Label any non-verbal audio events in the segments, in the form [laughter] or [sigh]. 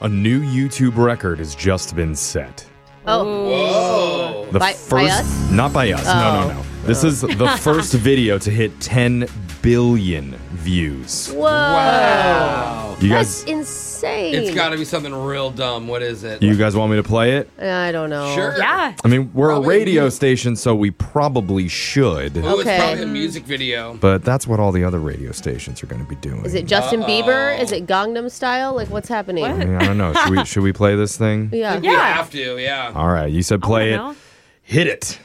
A new YouTube record has just been set. Oh. The By- by first, us? not by us. No, Oh. no, no. This is [laughs] the first video to hit 10 billion views. Whoa. You That's guys, insane. It's got to be something real dumb. What is it? you guys want me to play it? I don't know. Sure. Yeah. I mean, we're Probably. a radio station, so we probably should. Ooh, Okay. Mm-hmm. it's probably a music video. But that's what all the other radio stations are going to be doing. Is it Justin Bieber? Is it Gangnam Style? Like, what's happening? I, mean, I don't know. Should we, should we play this [laughs] thing? Yeah. You Yeah. have to, yeah. All right. You said play know. it. Hit it.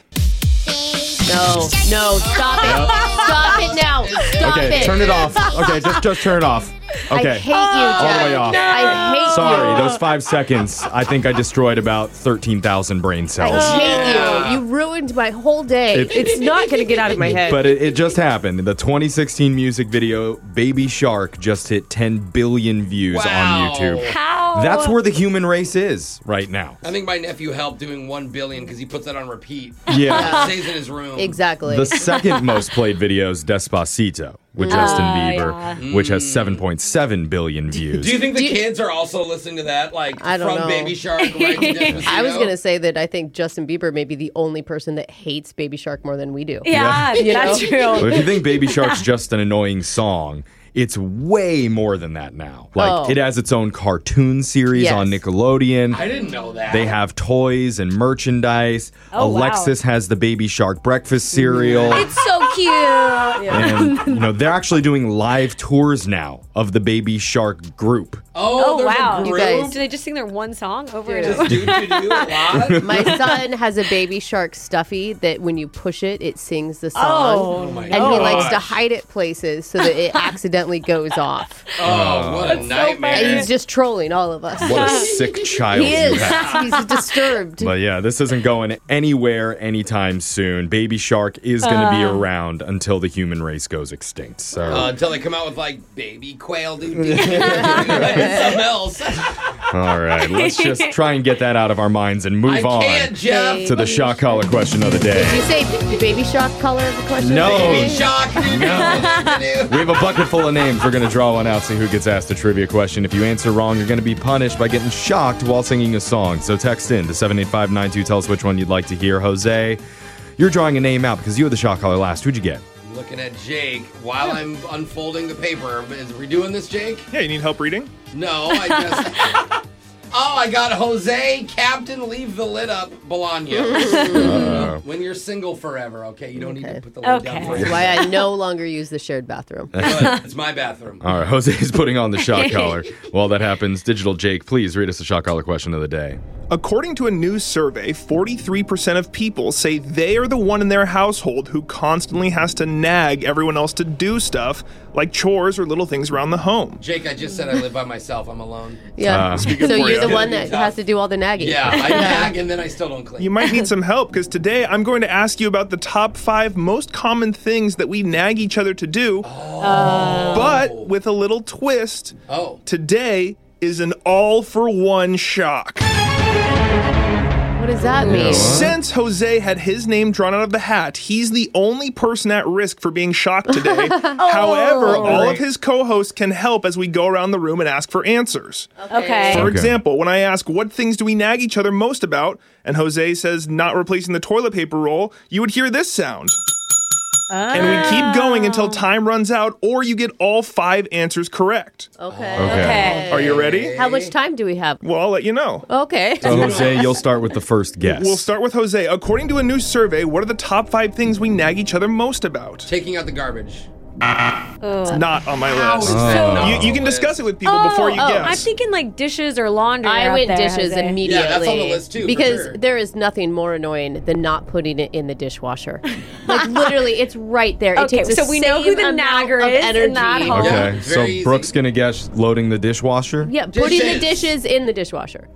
No, no, stop it. Stop it now. Stop okay, it. turn it [laughs] off. Okay, just just turn it off. Okay. I hate you, Jack. All the way off. I hate Sorry, you. those five seconds. I think I destroyed about thirteen thousand brain I cells. hate you. You ruined my whole day. If- Oh, It's not going to get out of my head. But it, it just happened. The 2016 music video "Baby Shark" just hit 10 billion views on Wow. YouTube. How? That's where the human race is right now. I think my nephew helped doing 1 billion because he puts that on repeat. Yeah. Stays in his room. exactly. The second most played video is Despacito with Mm. Justin Ah, Bieber, which has 7.7 billion views. Do you think the kids are also listening to that? Like, I don't from know. Baby Shark [laughs] right to Despacito? I was going to say that I think Justin Bieber may be the only person that hates Baby Shark more than we do. yeah, You that's know? true. [laughs] But if you think Baby Shark's just an annoying song, it's way more than that now. Like Oh. it has its own cartoon series Yes. on Nickelodeon. I didn't know that. They have toys and merchandise. Oh, wow. Alexis has the Baby Shark breakfast cereal. It's so cute. Oh, [laughs] and you know, they're actually doing live tours now of the Baby Shark group. Oh, Oh, there's wow. a You group. guys- Do they just sing their one song over Dude. and over? Dude, you do [laughs] it live? My son has a baby shark stuffy that when you push it, it sings the song. Oh, my and he likes to gosh. hide it places so that [laughs] it accidentally goes off. Oh, what a And nightmare. he's just trolling all of us. What a [laughs] sick child He you is. have. He's disturbed. But yeah, this isn't going anywhere anytime soon. Baby Shark is going to Uh. be around until the human race goes extinct. So Uh, until they come out with like baby quail [laughs] doo doo, doo, doo, doo, [laughs] something else. [laughs] All right, let's just [laughs] try and get that out of our minds and I move can't, on Jeff. to the shock collar question of the Did day. you say baby shark color of the question? No. Baby shock. No. [laughs] We have a bucket full of names. We're going to draw one out, see who gets asked a trivia question. If you answer wrong, you're going to be punished by getting shocked while singing a song. So text in to 78592. Tell us which one you'd like to hear. Jose, you're drawing a name out because you were the shock collar last. Who'd you get? I'm [laughs] looking at Jake while I'm unfolding the paper. Is we doing this, Jake? Yeah, you need help reading? No, I just. [laughs] oh, I got Jose Captain. Leave the lid up, Bologna. when you're single forever, okay, you don't need Okay. to put the lid down. Okay. [laughs] For That's why I no longer use the shared bathroom. Good. It's my bathroom. All right, Jose is putting on the shock collar. While that happens, Digital Jake, please read us the shock collar question of the day. According to a new survey, 43% of people say they are the one in their household who constantly has to nag everyone else to do stuff like chores or little things around the home. Jake, I just said I live by myself. I'm alone. Yeah. Uh, so for you're you. the one that It's gonna be has tough. to do all the nagging. Yeah, I nag and then I still don't clean. You might need some help because today I'm going to ask you about the top five most common things that we nag each other to do, but with a little twist. oh. Today is an all for one shock. What does that mean? Since Jose had his name drawn out of the hat, he's the only person at risk for being shocked today. However, all of his co hosts can help as we go around the room and ask for answers. Okay. For Okay. example, when I ask, What things do we nag each other most about? and Jose says, Not replacing the toilet paper roll, you would hear this sound. And we keep going until time runs out or you get all five answers correct. Okay. Okay. Are you ready? How much time do we have? Well, I'll let you know. Okay. So, Jose, you'll start with the first guess. We'll start with Jose. According to a new survey, what are the top five things we nag each other most about? Taking out the garbage. It's not on my list. Oh. You, you can discuss it with people before you oh, guess. I'm thinking like dishes or laundry. I out went there, dishes Jose. immediately. Yeah, that's on the list too, for Because sure. there is nothing more annoying than not putting it in the dishwasher. like literally, it's right there. it Okay, takes the so we same know who the amount nagger of is in energy. that home. Okay, Yeah, so very easy. Brooke's gonna guess loading the dishwasher. Yeah, putting the Dishes. dishes in the dishwasher.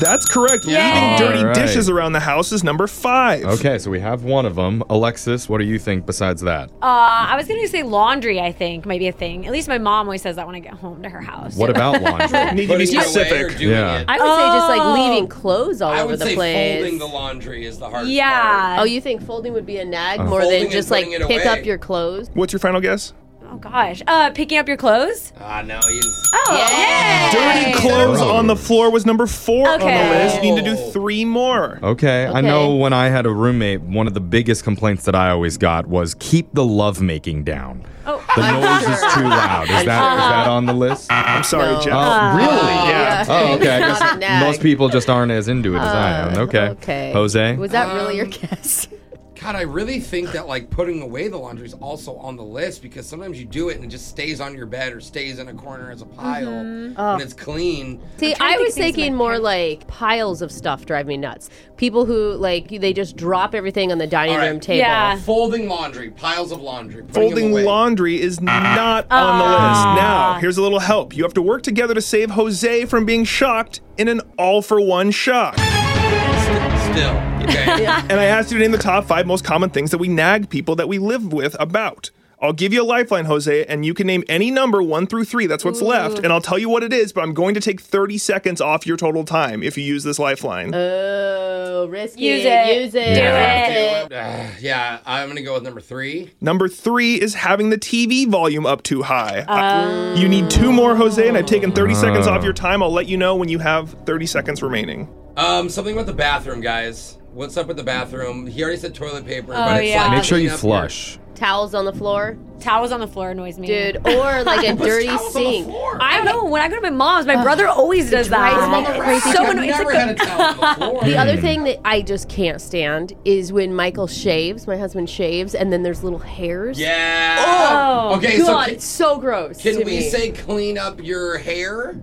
That's correct. Yay. Leaving dirty All right. dishes around the house is number five. Okay, so we have one of them. Alexis, what do you think besides that? Uh, I was gonna say laundry. I think might be a thing. At least my mom always says that when I get home to her house. What about laundry? Need to be Putting it away or specific. doing Yeah. it. I would say just Oh. like leaving clothes all I over would the say place. folding the laundry is the hard Yeah. oh, you think folding would be a nag more Uh-huh. Folding than and just like putting it pick away. up your clothes? What's your final guess? Oh gosh. Uh, picking up your clothes? Ah, no, you. Oh, Yeah. Dirty clothes Wrong. on the floor was number four on Okay. the list. You need to do three more. Okay, I Okay. know when I had a roommate, one of the biggest complaints that I always got was keep the lovemaking down. Oh. The noise is too loud. Is that is that on the list? I'm sorry, No. Jeff. Oh, Uh-huh. really? yeah. Oh, okay. I Not guess a nag. most people just aren't as into it as I am. Okay. Okay. Jose? Was that really Um, your guess? God, I really think that like putting away the laundry is also on the list because sometimes you do it and it just stays on your bed or stays in a corner as a pile Oh. and it's clean. See, trying to I think was things in my thinking more head. like piles of stuff drive me nuts. People who like they just drop everything on the dining All right. room table. Yeah. Folding laundry, piles of laundry. putting them Folding away. laundry is not on the list. Now, here's a little help. You have to work together to save Jose from being shocked in an all for one shock. Still. [laughs] Okay. And I asked you to name the top five most common things that we nag people that we live with about. I'll give you a lifeline, Jose, and you can name any number one through three. That's what's left. And I'll tell you what it is, but I'm going to take 30 seconds off your total time if you use this lifeline. Oh, risky. Use it. Use it. Yeah. Do it. Uh, yeah, I'm gonna go with number three. Number three is having the TV volume up too high. I- you need two more, Jose, and I've taken 30 seconds off your time. I'll let you know when you have 30 seconds remaining. Um, something about the bathroom, guys. What's up with the bathroom? He already said toilet paper, but it's Oh, yeah. like Make sure you clean up flush. Towels on the floor, Towels on the floor annoys me. dude, or like [laughs] a your- Puts dirty towels on the sink. floor. I don't know. When I go to my mom's, my brother always does that. crazy. So I've annoying. It's never like had a towel on [laughs] the floor. The Hmm. other thing that I just can't stand is when Michael shaves, my husband shaves, and then there's little hairs. Yeah. Oh, okay, so God, ca- it's so gross. can, to we me. say clean up your hair?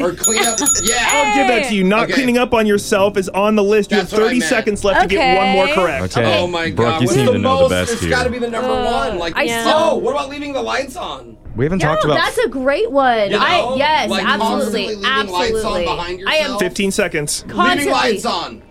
or clean [laughs] up I'll Yeah. give that to you. Not Okay. cleaning up on yourself is on the list. That's you what I have 30 meant. seconds left to get one Okay. more correct. Okay. Oh my Brooke, god. you What's seem the to know most? the best It's here. gotta be the number Uh, one. Like I oh, still- what about leaving the lights on? We haven't talked No, about that's a great one. You know, I, yes, like constantly absolutely, leaving lights on absolutely. behind I am yourself. 15 seconds. constantly. Leaving lights on.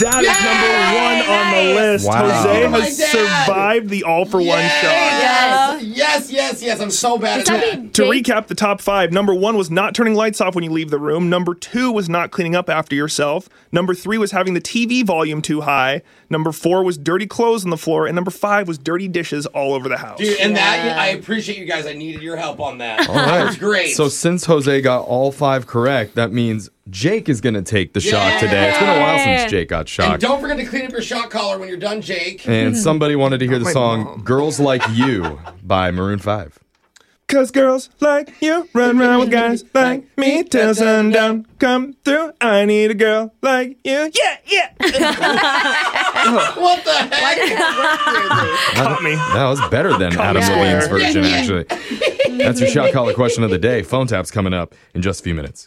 That is number one on the list. Wow. Jose Oh, my has dad. survived the all for one Yes. shot. Yeah. Yes, yes, yes. I'm so bad at Does that that. mean To Jake- recap the top five, number one was not turning lights off when you leave the room. Number two was not cleaning up after yourself. Number three was having the TV volume too high. Number four was dirty clothes on the floor. And number five was dirty dishes all over the house. Dude, and that I appreciate you guys. I needed your help on that. All That right. was great. So since Jose got all five correct, that means Jake is going to take the shot Yeah. today. It's been a while since Yeah. Jake got and shocked. don't forget to clean up your shot collar when you're done, Jake. And somebody wanted to hear the my song mom. "Girls Like You" by Maroon Five. Cause girls like you run around with guys [laughs] like me till sundown. Come through, I need a girl like you. Yeah, yeah. [laughs] What the heck? Caught me. That was better than Adam Yeah. Levine's [laughs] version, actually. That's your shot caller question of the day. Phone taps coming up in just a few minutes.